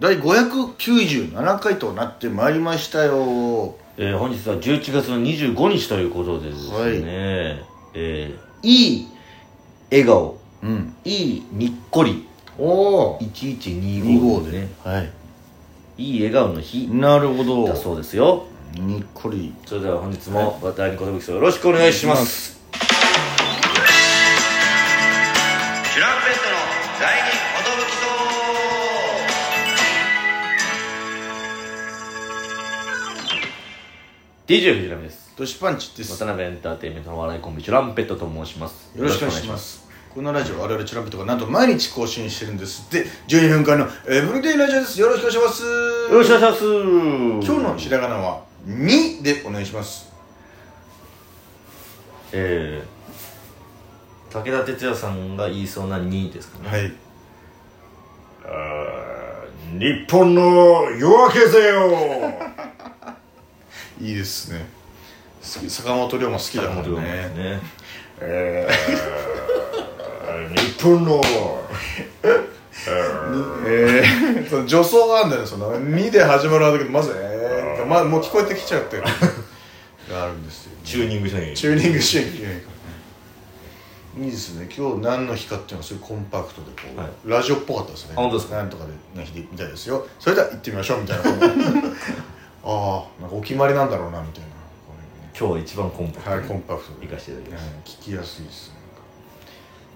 第597回となってまいりましたよえー本日は11月の25日ということでですね、はいえーいい笑顔うんいいにっこりおお1125 25ででねねはいいい笑顔の日なるほどだそうですよにっこりそれでは本日も「第二言武器」よろしくお願いしますチュランペットの第二寿とす DJ 藤波ですドシパンチです渡辺エンターテインメントの笑いコンビチュランペットと申しますよろしくお願いしますこのラジオ我々チュランペットがなんと毎日更新してるんですで12分間のエブリデイラジオですよろしくお願いしますよろしくお願いします今日のひらがなは「に」でお願いしますえー、武田鉄矢さんが言いそうな2ですかねはい日本の夜明けぜよいいですね好き坂本龍馬好きだもんねね日本のえー、その助走があるんだよねその「に」で始まるんだけどまず「えー」ってまあもう聞こえてきちゃうっていうのがあるんですよね、チューニングしたいチューニングしなきゃいけないからねいいですね今日何の日かっていうのはすごいコンパクトでこう、はいラジオっぽかったですねあ本当ですかなんとかでの日でみたいですよそれでは行ってみましょうみたいな ああなんかお決まりなんだろうなみたいなこ今日は一番コンパクういうねトはいコンパクトにで、生かしていただきはまいす、聞きやすいですね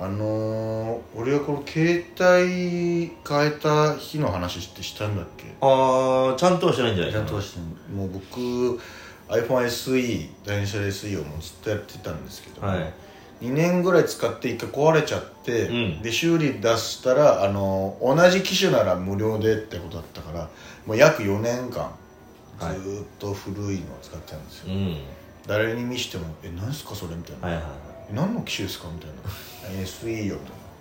あのー、俺がこの携帯変えた日の話ってしたんだっけああちゃんとはしてないんじゃないちかゃんなとはしてんもう僕 iPhoneSE 第二世代 SE をもうずっとやってたんですけど、はい2年ぐらい使って1回壊れちゃって、うんで修理出したらあの同じ機種なら無料でってことだったからもう約4年間ずはいーっと古いのを使ってたんですよ、うん誰に見しても「え何すかそれ」みたいな、はいはいはいえ何の機種ですか?」みたいな「SE よ」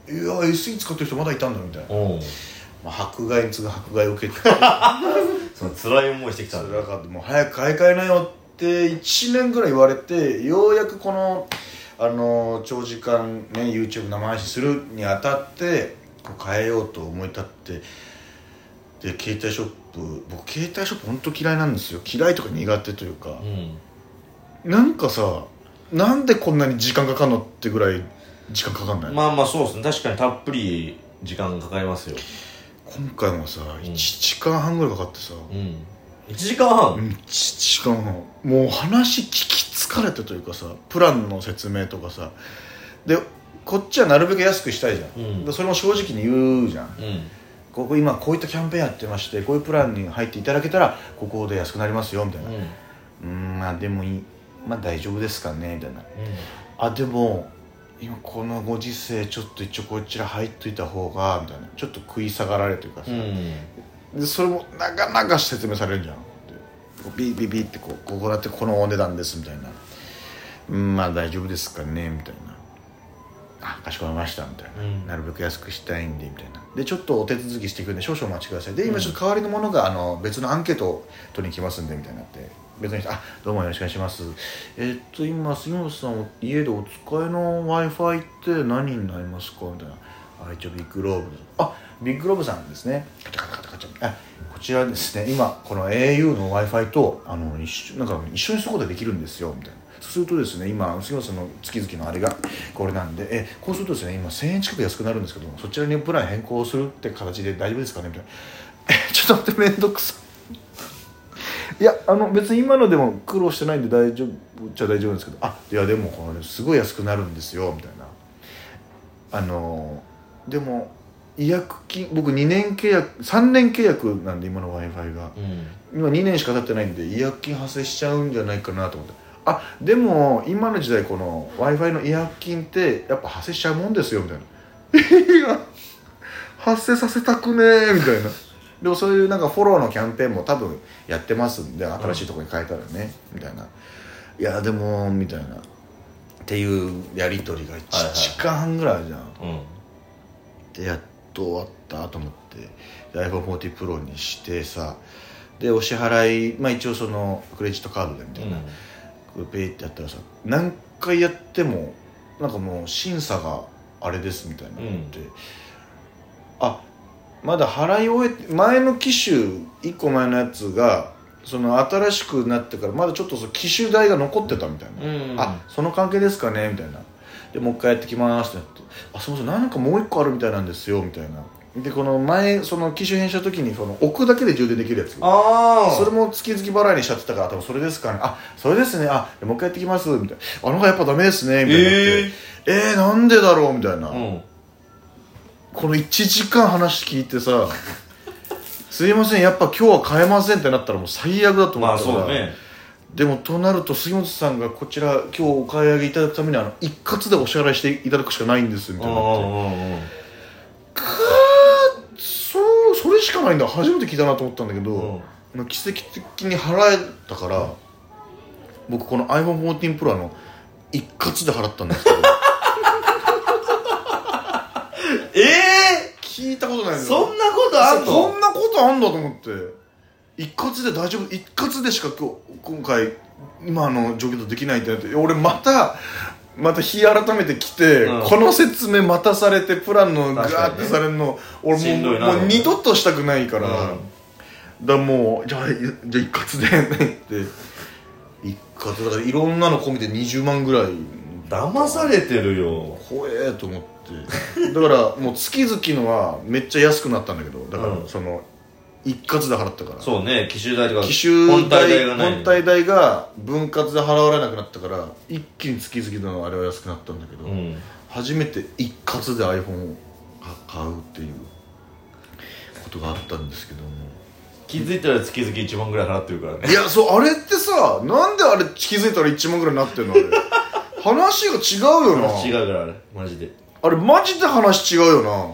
みたいな「いや SE 使ってる人まだいたんだ」みたいな、おうまあ、迫害に次ぐ迫害を受けてその辛い思いしてきたんだだ からもう早く買い替えなよって1年ぐらい言われてようやくこのあの長時間ね YouTube 生配信するにあたってこう変えようと思い立ってで携帯ショップ僕携帯ショップ本当嫌いなんですよ嫌いとか苦手というかう、んなんかさなんでこんなに時間かかんのってぐらい時間かかんない、まあまあそうですね確かにたっぷり時間かかりますよ今回もさ1時間半ぐらいかかってさ、うん1時間半、うん、しかももう話聞き疲れたというかさプランの説明とかさでこっちはなるべく安くしたいじゃん、うんでそれも正直に言うじゃんうんここ今こういったキャンペーンやってましてこういうプランに入っていただけたらここで安くなりますよみたいなうんうーんまあでもいいまあ大丈夫ですかねみたいなあでも今このご時世ちょっと一応こちら入っといた方がみたいなちょっと食い下がられというかさ、うん、うんでそれもなかなか説明されるじゃんでこうビービービーってこうここだってこのお値段ですみたいなうんまあ大丈夫ですかねみたいなあかしこまりましたみたいな、うんなるべく安くしたいんでみたいなでちょっとお手続きしていくんで少々お待ちくださいで今ちょっと代わりのものがあの別のアンケートを取りに来ますんでみたいになって別の人あどうもよろしくお願いしますえっと今杉本さん家でお使いの w i f i って何になりますかみたいなあ一応ビッグローブあビッグローブさんですねカチャカチャカチャカチャあこちらですね今この au の w i f i とあの一緒なんか一緒にすることができるんですよみたいなそうするとですね今杉本さんの月々のあれがこれなんでえこうするとですね今1000円近く安くなるんですけどもそちらにプラン変更するって形で大丈夫ですかねみたいなえちょっと待って面倒くさいやあの別に今のでも苦労してないんで大丈夫っちゃ大丈夫なんですけどあいやでもこれすごい安くなるんですよみたいなあのでも違約金僕2年契約3年契約なんで今の w i f i がうん今2年しか経ってないんで違約金発生しちゃうんじゃないかなと思ってあでも今の時代この w i f i の違約金ってやっぱ発生しちゃうもんですよみたいな いや発生させたくねえみたいなでもそういうなんかフォローのキャンペーンも多分やってますんで新しいところに変えたらね、みたいないやでもみたいなっていうやり取りが1はいはい時間半ぐらいあるじゃん、うんでやっと終わったと思ってで iPhone40Pro にしてさでお支払い、まあ、一応そのクレジットカードでみたいな、ペイってやったらさ何回やってもなんかもう審査があれですみたいなのって、あまだ払い終えて前の機種1個前のやつがその新しくなってからまだちょっとその機種代が残ってたみたいな、うんあその関係ですかねみたいなでもう一回やってきますってなって「あそうそうなんかもう一個あるみたいなんですよ」みたいなでこの前その機種変した時にその置くだけで充電できるやつああそれも月々払いにしちゃってたから多分それですかねあそれですねあもう一回やってきますみたいなあの方やっぱダメですねみたいになってえー、なんでだろうみたいな、うんこの1時間話聞いてさ すいませんやっぱ今日は買えませんってなったらもう最悪だと思まっあたかそうら、だねでもとなると杉本さんがこちら今日お買い上げいただくためにあの一括でお支払いしていただくしかないんですみうんたういになってんうんそうそれしかないんだ初めて聞いたなと思ったんだけど、うんまあ奇跡的に払えたから、僕この iPhone14Pro の一括で払ったんですけ どえ聞いたことないえんだよそんなことあんそのんなことあんだと思って一括で大丈夫一括でしか今日今回今の状況とできないってなって俺またまた日改めて来て、うんこの説明待たされてプランのガ確かーにっねてされるの、俺しんもどういなもう二度としたくないから、うんだからもうじゃあいじゃあ一括でって一括だからいろんなの込みで20万ぐらい騙されてるよ怖えと思ってだからもう月々のはめっちゃ安くなったんだけどだかうらんその一括で払ったからそうね機種代とか機種代本体代がない本体代が分割で払われなくなったから一気に月々のあれは安くなったんだけど、うん初めて一括で iPhone を買うっていうことがあったんですけども気づいたら月々1万ぐらい払ってるからねいやそうあれってさなんであれ気づいたら1万ぐらいになってんのあ れ話が違うよな話違うからあれマジであれマジで話違うよな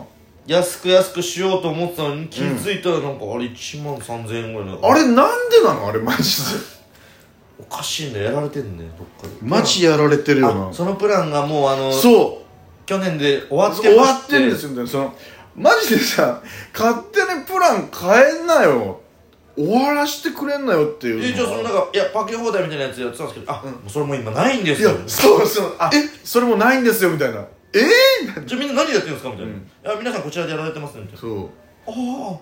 安く安くしようと思ってたのに気づいたらなんかあれ1万3000円ぐらいなあれなんでなのあれマジでおかしいんだやられてんねどっかで マジやられてるよあなそそのプランがもうあのう去年で終わって終わってんですすよみたいなそのマジでさ勝手にプラン変えんなよ終わらしてくれんなよっていうえじゃあそのなんかいやパッケージ放題みたいなやつやってたんですけどあ、もうそれもう今ないんですいよやそうそうあえそれもないんですよみたいなええじゃあみんな何やってるんですかみたいな、いや皆さんこちらでやられてますねみたいなそあ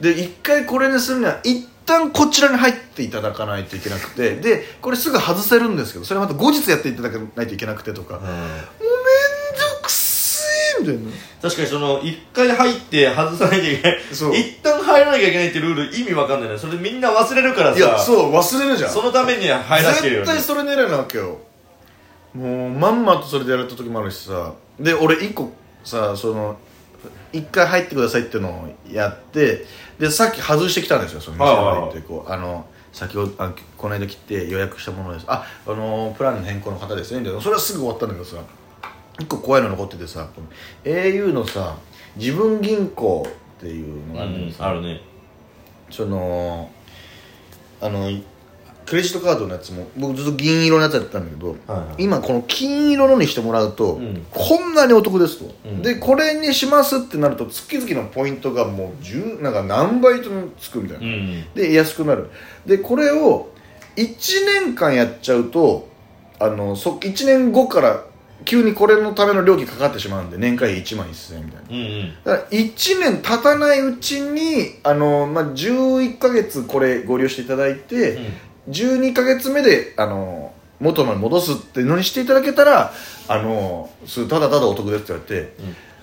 うで一回これにするには一旦こちらに入っていただかないといけなくてでこれすぐ外せるんですけどそれまた後日やっていただかないといけなくてとかあ、うんめんどくせえみたいな確かにその一回入って外さなきゃいけないそう一旦入らなきゃいけないってルール意味わかんないねそれみんな忘れるからさいやそう忘れるじゃんそのためには入らせてるよ、絶ね、対それ狙いなわけよもうまんまとそれでやられた時もあるしさで俺一個さその一回入ってくださいっていうのをやってでさっき外してきたんですよその店はいはい入はっいてこうあの先ほどあこの間来て予約したものですああのプランの変更の方ですねみたいなそれはすぐ終わったんだけどさ一個怖いの残っててさこの au のさ自分銀行っていうのがあるんですうん、あるねそのあのクレジットカードのやつも僕ずっと銀色のやつやったんだけど、はいはい今この金色のにしてもらうと、うんこんなにお得ですと、うんでこれにしますってなると月々のポイントがもう10なんか何倍ともつくみたいな、うんで安くなるでこれを1年間やっちゃうとあのそ1年後から急にこれのための料金かかってしまうんで年会費1万1000円みたいなうんうんだから1年経たないうちにあの、まあ、11ヶ月これご利用していただいて、12ヶ月目であの元のに戻すっていうのにしていただけたらあのすただただお得ですって言われて、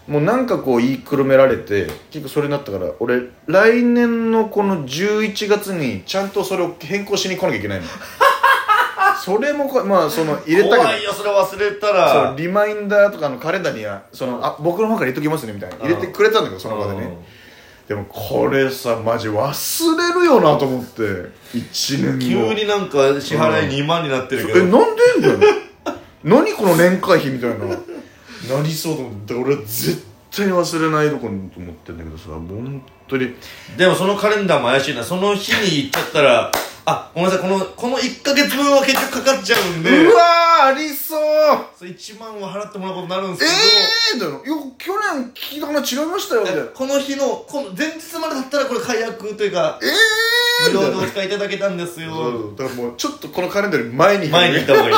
もうなんかこう言いくるめられて結局それになったから俺来年のこの11月にちゃんとそれを変更しに来なきゃいけ ないのそれもこまあその入れたけど怖いよそれ忘れたそのらリマインダーとかのカレンダーにはそのあ僕の方から入れときますねみたいな入れてくれたんだけどその場でねでもこれさマジ忘れるよなと思って1うん年後急になんか支払い2万になってるけど、えなんで みたいな何この年会費みたいな なりそうと思ってだから俺は絶対忘れないとこと思ってんだけどさ本当にでもそのカレンダーも怪しいなその日に行っちゃったらあごめんなさいこのこの1ヶ月分は結局かかっちゃうんでうわーありそうそれ1万は払ってもらうことになるんですけど、ええー、だよよ去年聞いた話違いましたよ みたいなえこの日のこの前日までだったらこれ解約というかえー、無みた料いでなお使いいただけたんですそうそようだからもうちょっとこのカレンダーより前に前に行った方がいい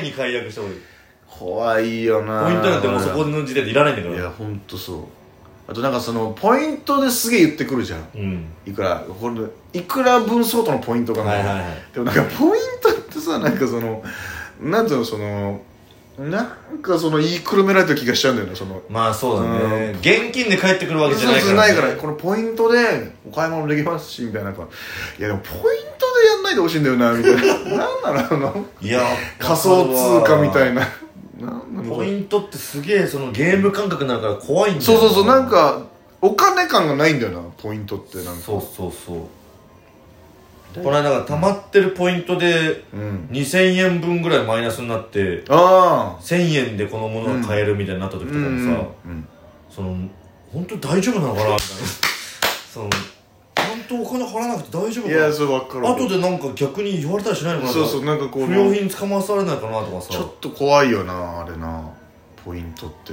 前に解約した方がいい怖いよなポイントなんてもうそこの時点でいらないんだかいらやほんとそうあとなんかそのポイントですげえ言ってくるじゃんうんいくらこれいくら分相当のポイントかな、はいはいはいでもなんかポイントってさなんかそのなんていうのそのなんかその言いくるめられた気がしちゃうんだよねそのまあそうだね現金で帰ってくるわけじゃないそからうねないからこのポイントでお買い物できますしみたいななんかいやでもポイントでやんないでほしいんだよなみたいなな んなのあのいや仮想通貨みたないななんなのポイントってすげえそのゲーム感覚になるから怖いんだよそうそうそうなんかお金感がないんだよなポイントってなんかそうそうそうこの間が溜まってるポイントでうん2000円分ぐらいマイナスになってああ1000円でこのものが買えるみたいになった時とかもさ、うんその本当に大丈夫なのかなみたい なそのちゃんとお金払わなくて大丈夫いかなやそう分かる後でなんか逆に言われたりしないのかなそうそうなんかこう不良品捕まわされないかなとかちさょっと怖いよなあれなポイントって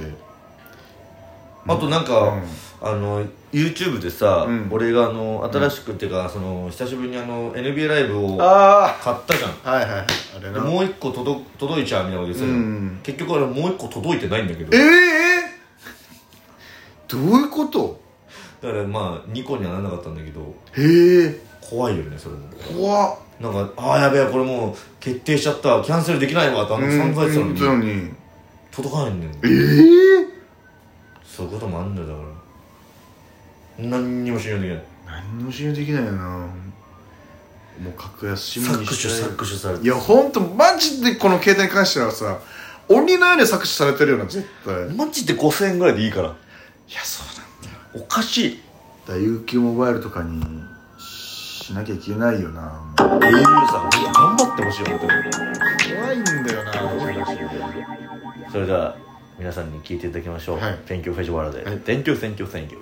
あとなんか、あの YouTube でさ、うん俺があの新しくっていうか、その久しぶりにあの NBA ライブを買あったじゃんあはいはいはいあれでなもう一個届届いちゃうみたいなこと言ってたじゃん、うん結局あれもう一個届いてないんだけどええだかどういうことらまあ2個にはならなかったんだけどへえ怖いよねそれも怖っなんかああやべえこれもう決定しちゃったキャンセルできないわってあの散々言ってうんた言のっにてのに届かないんだよねええそういうこともあんだよだから何にも信用できない何にも信用できないよなもう格安趣搾味に取したい搾取されいやほんとマジでこの携帯に関してはさ鬼のように搾取されてるよな絶対いマジで5000円ぐらいでいいからやそうなんだよおかしいだから UQ モバイルとかにしなきゃいけないよなもう au さん頑張ってほしい本当に怖いんだよなそれでは皆さんに聞いていただきましょう「はい Thank you フェジュバラ」ではい「Thank you thank you thank you」